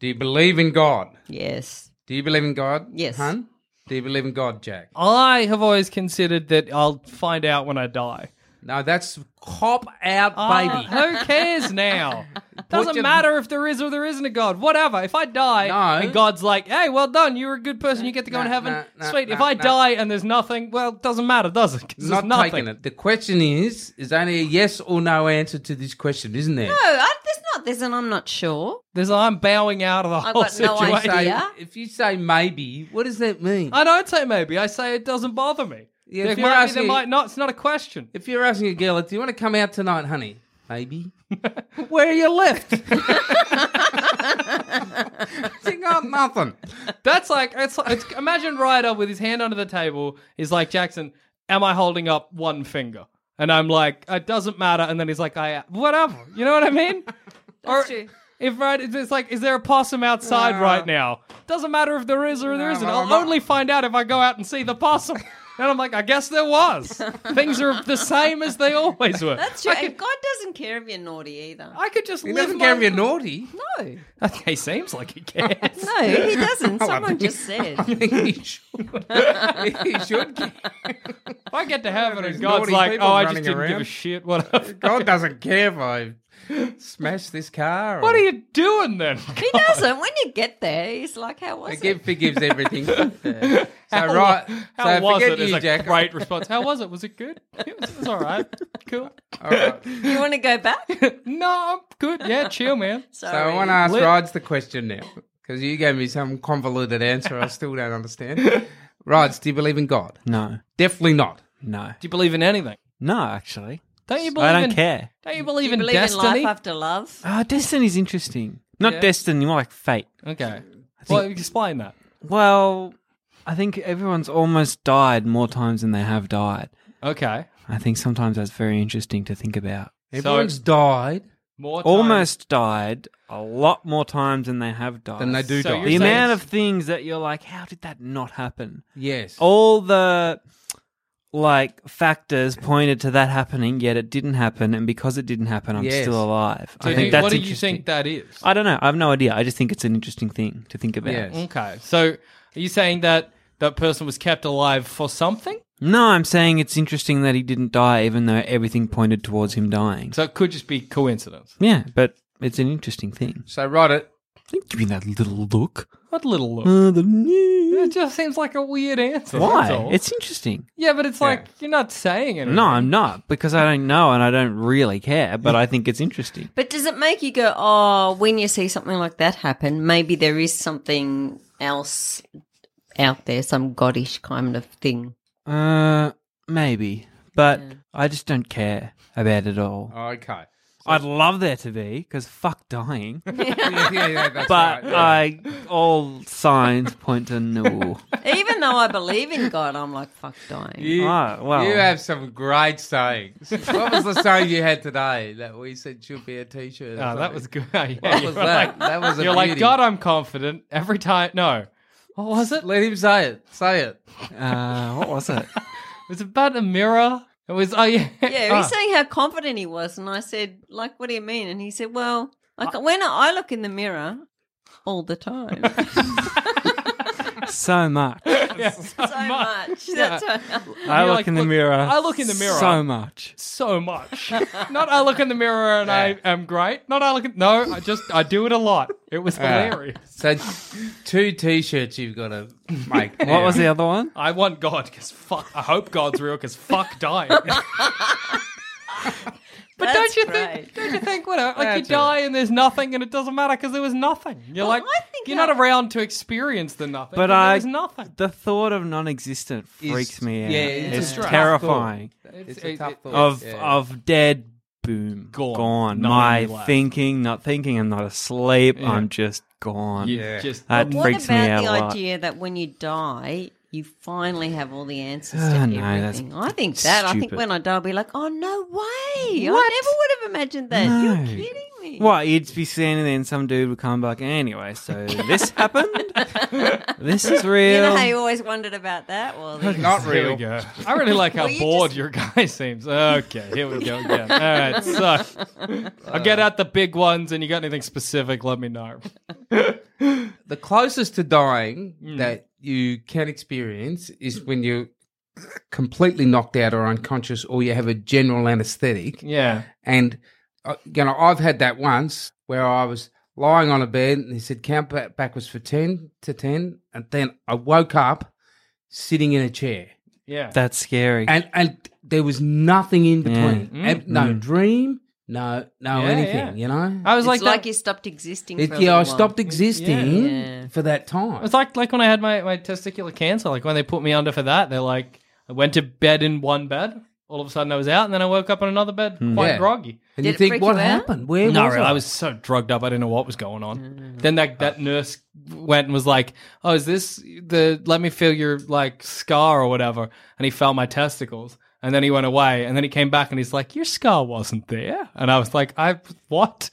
C: Do you believe in God?
B: Yes.
C: Do you believe in God?
B: Yes.
C: Hun? Do you believe in God, Jack?
A: I have always considered that I'll find out when I die.
C: No, that's cop out,
B: Oh,
C: baby.
A: Uh, who cares now? Doesn't
C: your-
A: matter if there is or there isn't a God. Whatever. If I die
C: No.
A: and God's like, "Hey, well done, you were a good person, you get to go
C: No,
A: in heaven."
C: no, no,
A: Sweet. if
C: no,
A: I
C: no.
A: die and there's nothing, well, it doesn't matter, does it? 'Cause there's
C: not
A: nothing.
C: taking it. The question is, is only a yes or no answer to this question, isn't there?
B: No, I, there's not. There's an I'm not sure.
A: There's I'm bowing out of the whole
B: got no
A: situation.
C: If you say-
B: idea.
C: If you say maybe, what does that mean?
A: I don't say maybe. I say it doesn't bother me.
C: Yeah,
A: there
C: if
A: might
C: you're
A: be, there
C: asking-
A: might not. It's not a question.
C: if you're asking a girl, do you want to come out tonight, honey? baby.
D: Where are you left?
C: You got nothing.
A: That's like it's, it's imagine Ryder with his hand under the table. He's like Jackson, am I holding up one finger? And I'm like, it doesn't matter. And then he's like, I whatever. You know what I mean? That's
B: true.
A: If Ryder, it's like, is there a possum outside right now? Doesn't matter if there is or there isn't.
C: Ah. well,
A: I'll
C: I'm not-
A: only find out if I go out and see the possum. And I'm like, I guess there was. Things are the same as they always were.
B: That's true.
A: I could, Oh.
B: And God doesn't care if you're naughty either.
A: I could just
C: He
A: live
C: doesn't
A: my...
C: care if you're naughty.
B: no.
A: He seems like he cares.
B: No, he doesn't.
A: Oh,
B: Someone just said.
C: he should. he should care.
A: If I get to heaven
C: There's
A: and God's
C: naughty
A: like,
C: people
A: oh, I just
C: running
A: didn't give
C: around."
A: a shit. What?
C: God doesn't care if I smash this car.
A: What are you doing then?
B: He doesn't. When you get there, he's like, "How was
C: Forgive,
B: it?"
C: forgives everything. Yeah. So right,
A: How
C: so
A: was
C: forget
A: it?
C: you,
A: Is a
C: Jack.
A: great response. How was it? Was it good? It was, it was all right. Cool.
C: All right.
B: You want to go back?
A: No, I'm good. Yeah, chill, man.
C: So I
B: Sorry.
C: want to ask
A: Lit-
C: Rods the question now because you gave me some convoluted answer I still don't understand. Rods, do you believe in God?
D: No,
C: Definitely not.
D: no,
A: Do you believe in anything?
D: no. Actually,
A: Don't you believe?
D: I don't
A: in,
D: care.
A: Don't you
B: Do
A: believe
B: you
A: in
B: believe
A: destiny?
B: in life after love?
D: Ah, destiny's interesting. Not
A: Yeah.
D: destiny, more like fate.
A: okay. Well, explain that.
D: Well, I think everyone's almost died more times than they have died.
A: Okay.
D: I think sometimes that's very interesting to think about.
C: Everyone's died.
A: More time.
D: Almost died a lot more times than they have died.
C: Then they do
A: Oh, So
C: die.
A: you're
D: The
A: saying-
D: amount of things that you're like, how did that not happen?
C: yes.
A: Oh.
D: All the like factors pointed to that happening, yet it didn't happen, and because it didn't happen, I'm
C: Yes.
D: still alive.
A: So
D: I
A: do
D: think
A: you-
D: that's
A: what do you
D: interesting.
A: think that is?
D: I don't know. I have no idea. I just think it's an interesting thing to think about.
C: Yes.
A: Okay. So are you saying that that person was kept alive for something?
D: No, I'm saying it's interesting that he didn't die, even though everything pointed towards him dying.
A: So it could just be coincidence.
D: yeah, but it's an interesting thing.
C: So Rod, it
D: Give me that little look.
A: What little look?
D: Uh, the-
A: It just seems like a weird answer. that's
D: Why?
A: all.
D: It's interesting.
A: yeah, but it's like you're not saying anything.
D: No, I'm not because I don't know and I don't really care, but I think it's interesting.
B: But does it make you go, "Oh, when you see something like that happen, maybe there is something else out there, some goddish kind of thing"?
D: Uh, maybe, but I just don't care about it all.
C: okay.
D: I'd love there to be because fuck dying,
C: yeah, yeah, yeah, that's
D: but
C: right.
A: uh,
D: I all signs point to no.
B: Even though I believe in God, I'm like, "Fuck dying."
C: You,
D: Ah, well.
C: you have some great sayings. what was the saying you had today that we said should be a T-shirt? or
A: Oh, that
C: something?
A: was good.
C: What was that? that was a
A: You're like,
C: beauty.
A: God, I'm confident every time. No. What was it?
C: Let him say it. Say it.
D: Uh, what was it?
A: It was about a mirror. It was, oh, yeah.
B: Yeah,
A: Ah.
B: he's saying how confident he was, and I said, "Like, what do you mean?" And he said, "Well, like when I look in the mirror all the time,
D: So much.
B: so much." That's how-
D: I
A: You're
D: look
A: like,
D: in the
A: "Look,
D: mirror.
A: I look in the mirror."
D: so much.
A: so much. Not I look in the mirror and I am great. Not I look in. No, I just, I do it a lot. It was hilarious.
C: So two T-shirts you've got to make.
D: What was the other one?
A: I want God because fuck, I hope God's real because fuck dying. But
B: That's
A: don't you
B: great.
A: think? Don't you think? What, like you
C: That's
A: die and there's nothing, and it doesn't matter because there was nothing. You're
B: Well,
A: like,
B: I think
A: you're
B: that-
A: not around to experience the nothing.
D: But
A: 'cause
D: I-
A: there was nothing.
D: The thought of non-existent freaks me out.
C: yeah, it's a
D: it's,
A: stress.
D: terrifying.
C: It's,
A: It's-
C: a
A: it-
C: tough
A: it-
C: thought.
D: Of
C: yeah.
D: of dead, boom,
A: Gone.
D: gone.
A: Nothing
D: My
A: left.
D: thinking, not thinking. I'm not asleep.
A: Yeah.
D: I'm just gone.
A: You
C: Yeah.
A: just
D: That
B: what
D: freaks me
B: about
D: out
B: the
D: a lot.
B: idea that when you die, you finally have all the answers to
D: Ah, no, that's
B: everything? I think that. I think
D: stupid.
B: when I die, I'll be like, "Oh no way! I never would have imagined that."
D: No.
B: You're kidding me.
D: What you'd be standing there, and some dude would come back anyway. So this happened. this is
B: You
D: real.
B: know how you always wondered about that? Well, there you go.
C: Not
A: Here
C: real.
A: we go. I really like how
B: Well, you
A: bored
B: just-
A: your guy seems. Okay, here we go again. All right, so
B: Uh,
A: I'll get out the big ones, and you got anything specific, let me know.
C: The closest to dying that you can experience is when you're completely knocked out or unconscious, or you have a general anaesthetic.
A: Yeah.
C: And uh, you know, I've had that once where I was lying on a bed, and he said count ba- backwards for ten to ten, and then I woke up sitting in a chair.
A: Yeah.
D: That's scary.
C: and and there was nothing
D: Hmm.
C: in between.
A: Mm.
C: And no dream, no no
A: Yeah,
C: anything.
A: yeah.
C: You know,
A: I was
B: It's
A: like,
B: like,
A: that,
B: you stopped existing.
C: it,
B: for a
C: yeah,
B: little
C: I
B: while.
C: stopped existing
B: Yeah.
C: for that time.
A: it's like like when I had my, my testicular cancer, like when they put me under for that, they're like, I went to bed in one bed, All of a sudden, I was out, and then I woke up in another bed,
B: Hmm.
A: quite
C: Yeah.
A: groggy.
B: Did
C: And you
B: it
C: think,
B: freak
C: what
B: you out?
C: happened? Where
A: No,
C: was
A: really, I was so drugged up. I didn't know what was going on. Then that that nurse went and was like, "Oh, is this the? Let me feel your like scar or whatever." And he felt my testicles. And then he went away. And then he came back and he's like, "Your scar wasn't there." And I was like, "I what?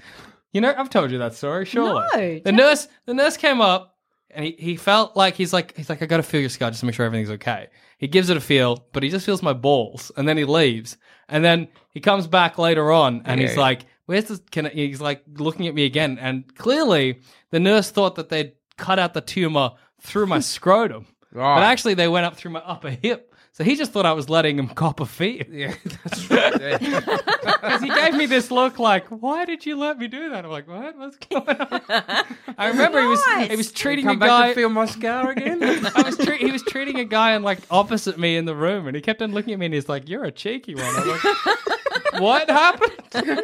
A: You know, I've told you that story, surely."
B: No,
A: the nurse the nurse came up and he, he felt like he's like he's like I got to feel your scar just to make sure everything's okay. He gives it a feel, but he just feels my balls, and then he leaves. And then he comes back later on, and he's like, "Where's this?" Can I, he's like looking at me again, and clearly the nurse thought that they'd cut out the tumor through my scrotum, but
C: Right.
A: actually they went up through my upper hip. So he just thought I was letting him cop a fee
C: Yeah, that's right. yeah.
A: because he gave me this look like, "Why did you let me do that?" I'm like, "What? What's going on?" I remember he was
B: Nice.
A: he was treating a
C: Come back
A: guy.
C: to feel my scar again.
A: I was tre- he was treating a guy and like opposite me in the room, and he kept on looking at me and he's like, "You're a cheeky one." I'm like, "What happened?"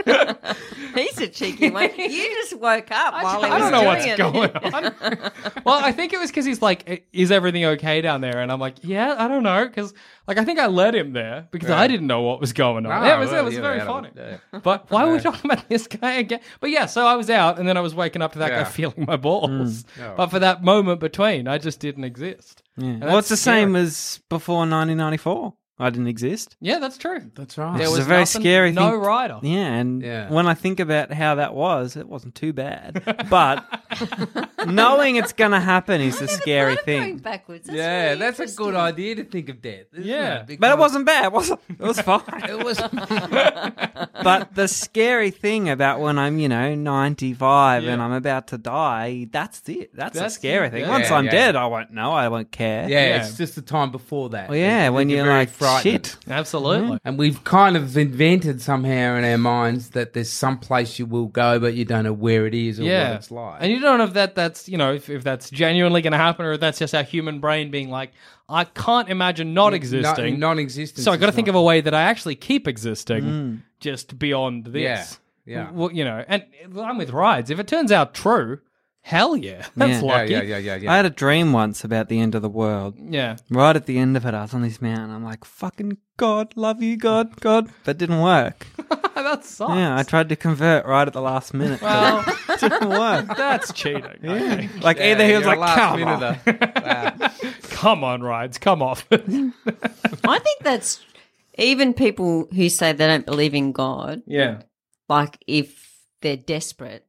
B: He's a cheeky one. You just woke up while he
A: I
B: was
A: don't know
B: doing
A: what's
B: it.
A: going on. well, I think it was because he's like, "I- "Is everything okay down there?" And I'm like, "Yeah, I don't know," because like I think I let him there because I didn't know what was going on.
C: No,
A: Yeah, it was,
C: well,
A: it was
C: you're
A: very
C: out of
A: funny.
C: it, yeah.
A: But why were we talking about this guy again? But yeah, so I was out, and then I was waking up to that
C: Yeah. Mm.
A: guy feeling my balls. But for that moment between, I just didn't exist. And
D: Well, it's
A: that's
D: the
A: scary.
D: same as before 1994. I didn't exist.
A: Yeah, that's true.
C: That's right.
A: There
D: It's
A: was
D: a very
A: nothing-
D: scary
A: no
D: thing.
A: rider.
D: Yeah, and
C: Yeah.
D: when I think about how that was, it wasn't too bad. But knowing it's going to happen is the
B: Yeah, the
D: scary
B: blood Going
D: thing.
B: backwards. That's
C: yeah,
B: really
C: that's a good
B: interesting.
C: idea to think of death. isn't
A: Yeah.
C: it?
D: But
C: Because-
D: it wasn't bad, was it? It was fine.
C: It was.
D: but the scary thing about when I'm, you know, 95 and I'm about to die, that's it. That's,
A: That's
D: the scary
A: it.
D: thing.
A: Yeah,
D: Once I'm
C: yeah.
D: dead, I won't know. I won't care.
C: yeah, it's just the time before that.
D: Well, Oh, yeah,
C: It's-
D: when
C: it's
D: you're
C: very
D: like,
C: frightened.
D: shit.
A: Absolutely.
C: And we've kind of invented somehow in our minds that there's some place you will go, but you don't know where it is or
A: Yeah.
C: what it's like.
A: And you don't know if that that's you know if, if that's genuinely going to happen or if that's just our human brain being like, I can't imagine not existing.
C: non existent.
A: so I got to think of a way that I actually keep existing, just beyond this.
C: Mm. Yeah. Yeah.
A: Well, you know, and I'm with rides. If it turns out true, hell yeah, that's
C: Yeah,
D: Yeah.
A: lucky.
C: yeah, yeah, yeah, yeah.
D: I had a dream once about the end of the world.
A: Yeah.
D: Right at the end of it, I was on this mountain. I'm like, fucking God, love you, God, God. That didn't work.
A: that sucks.
D: Yeah, I tried to convert right at the last minute. but
A: well,
D: it didn't work.
A: that's cheating. I think.
D: Like, either he was
C: you're
D: like,
C: last
D: come
C: minute
D: on.
C: of the-
A: Come on, rides, come off.
B: I think that's even people who say they don't believe in God,
A: yeah.
B: like if they're desperate,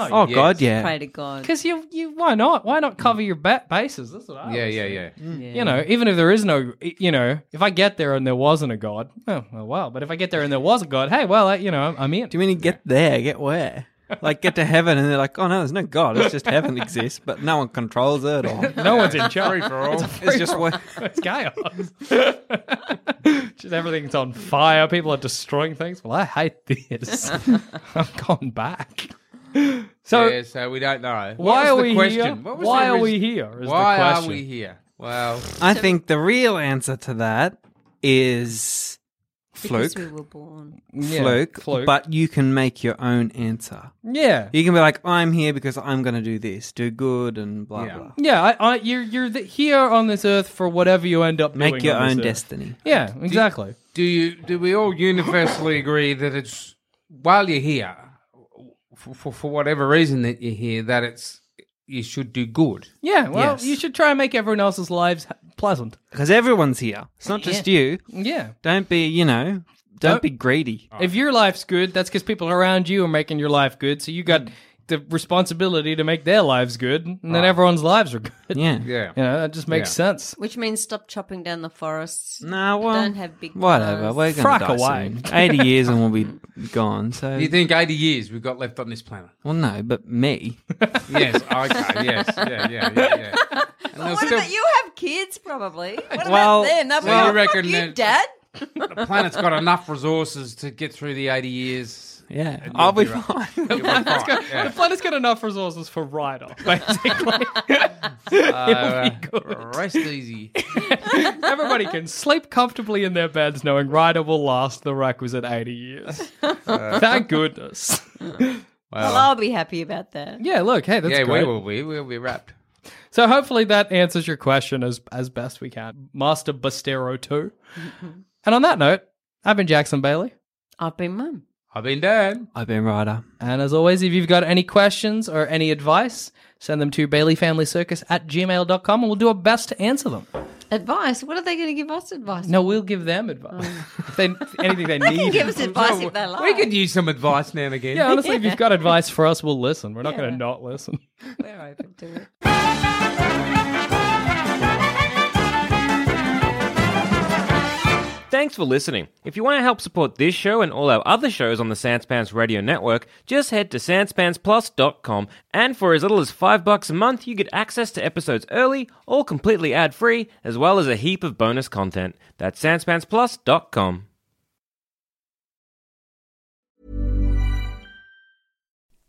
D: Oh,
C: Yes.
D: God, yeah.
B: pray to God.
A: Because you, you, why not? Why not cover your ba- bases? That's what I.
C: yeah,
A: always
C: yeah,
A: think.
C: yeah.
A: You know, even if there is no, you know, if I get there and there wasn't a god, oh, well, wow. But if I get there and there was a god, hey, well, I, you know, I'm in.
D: Do you mean you get there? Get where? Like, get to heaven, and they're like, oh, no, there's no God. It's just heaven exists, but no one controls it. Or
A: No one's in charge.
D: it's just where.
A: It's chaos. Just everything's on fire. People are destroying things. Well, I hate this. I'm going back. So
C: yeah, so we don't know. What
A: why are
C: was the
A: we
C: question?
A: here?
C: What was
A: Why
C: the
A: are
C: orig-
A: we here? Is
C: Why
A: the
C: are
A: question.
C: we here? Well,
D: I think the real answer to that is fluke.
B: Because we were born.
A: Yeah,
D: fluke,
A: fluke.
D: but you can make your own answer.
A: Yeah.
D: You can be like, I'm here because I'm going to do this, do good, and blah,
C: Yeah.
D: blah.
A: Yeah, I, I, you're you're the, here on this earth for whatever you end up
D: Make
A: doing
D: your
A: on this
D: own
A: earth.
D: destiny.
A: Yeah, exactly.
C: do you? Do we all universally agree that it's while you're here, for, for, for whatever reason that you're here, that it's you should do good.
A: Yeah, well,
D: Yes.
A: you should try and make everyone else's lives ha- pleasant.
D: Because everyone's here. It's not just you.
A: Yeah.
D: Don't be, you know, don't,
A: Don't-
D: be greedy.
A: If your life's good, that's because people around you are making your life good. So you got the responsibility to make their lives good, and then everyone's lives are good.
D: Yeah.
C: Yeah.
A: You know, that just makes sense.
B: Which means stop chopping down the forests.
D: No, well,
B: Don't have big
D: whatever.
B: plans.
D: We're going
A: Frack
D: to die
A: away.
D: soon. 80 years and we'll be gone. So,
C: Do you think eighty years we've got left on this planet?
D: well, no, but me.
C: Yes. Okay. yes. Yeah. Yeah. Yeah. Yeah. And there'll
B: What
C: still-
B: about you? Have kids probably? What
D: Well,
B: about them? They'll be
C: well,
B: like,
C: I
B: "Fuck
C: reckon
B: you,
C: that-
B: Dad.
C: The planet's got enough resources to get through the eighty years.
D: Yeah. I'll be
C: you're right.
D: fine.
C: You'll be fine.
A: The
C: Yeah.
A: planet's got enough resources for Ryder, basically. It'll
C: Uh,
A: be good.
C: Rest easy.
A: Everybody can sleep comfortably in their beds knowing Ryder will last the requisite 80 years. Thank goodness.
B: Well, I'll be happy about that.
A: Yeah, look, hey, that's
C: yeah,
A: great.
C: we will. We will be wrapped.
A: So hopefully that answers your question as as best we can, Master Bastero Two. and on that note, I've been Jackson Bailey.
B: I've been mum.
C: I've been dad.
D: I've been Ryder.
A: And as always, if you've got any questions or any advice, send them to baileyfamilycircus at gmail.com and we'll do our best to answer them.
B: Advice? What are they going to give us advice?
A: No, we'll give them advice. if they, anything they need.
B: give us advice if they like.
C: We could use some advice now and again.
A: yeah, honestly, if you've got advice for us, we'll listen. We're not going to not listen.
B: We're open to it.
E: Thanks for listening. If you want to help support this show and all our other shows on the Sanspants Radio Network, just head to sanspantsplus.com and for as little as 5 bucks a month, you get access to episodes early, all completely ad-free, as well as a heap of bonus content. That's sanspantsplus.com.